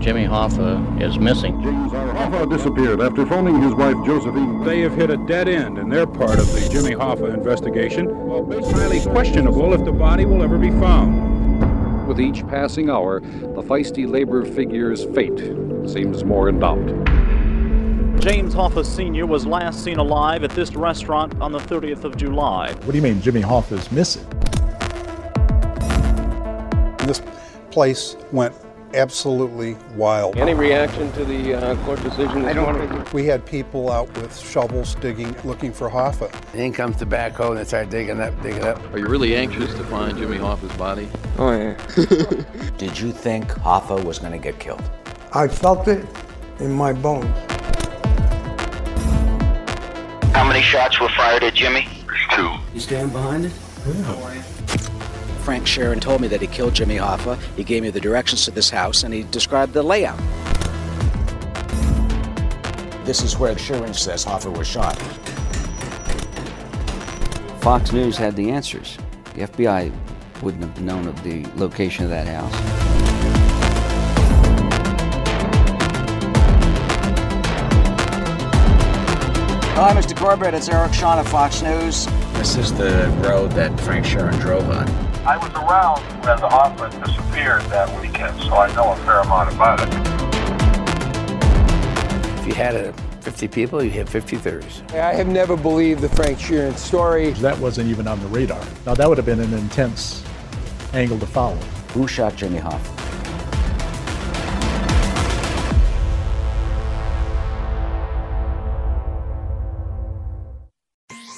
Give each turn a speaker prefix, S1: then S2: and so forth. S1: Jimmy Hoffa is missing.
S2: James R. Hoffa disappeared after phoning his wife Josephine.
S3: They have hit a dead end in their part of the Jimmy Hoffa investigation, although it's highly questionable if the body will ever be found.
S4: With each passing hour, the feisty labor figure's fate seems more in doubt.
S5: James Hoffa Sr. was last seen alive at this restaurant on the 30th of July.
S6: What do you mean Jimmy Hoffa's missing?
S7: This place went absolutely wild.
S8: Any reaction to the uh, court decision this morning?
S7: We had people out with shovels digging, looking for Hoffa.
S9: And in comes the backhoe and they start digging up, digging up.
S10: Are you really anxious to find Jimmy Hoffa's body?
S11: Oh, yeah.
S12: Did you think Hoffa was going to get killed?
S13: I felt it in my bones.
S14: How many shots were fired at Jimmy?
S15: There's two.
S16: You stand behind it?
S12: Yeah. Frank Sharon told me that he killed Jimmy Hoffa. He gave me the directions to this house and he described the layout. This is where Sharon says Hoffa was shot.
S16: Fox News had the answers. The FBI wouldn't have known of the location of that house.
S12: Hi, Mr. Corbett. It's Eric Shawn of Fox News.
S17: This is the road that Frank Sharon drove on.
S18: I was around when the Hoffman disappeared that weekend, so I know a fair amount about it.
S9: If you had a 50 people, you had 50 theories.
S19: I have never believed the Frank Sheeran story.
S6: That wasn't even on the radar. Now, that would have been an intense angle to follow.
S16: Who shot Jimmy Hoffa?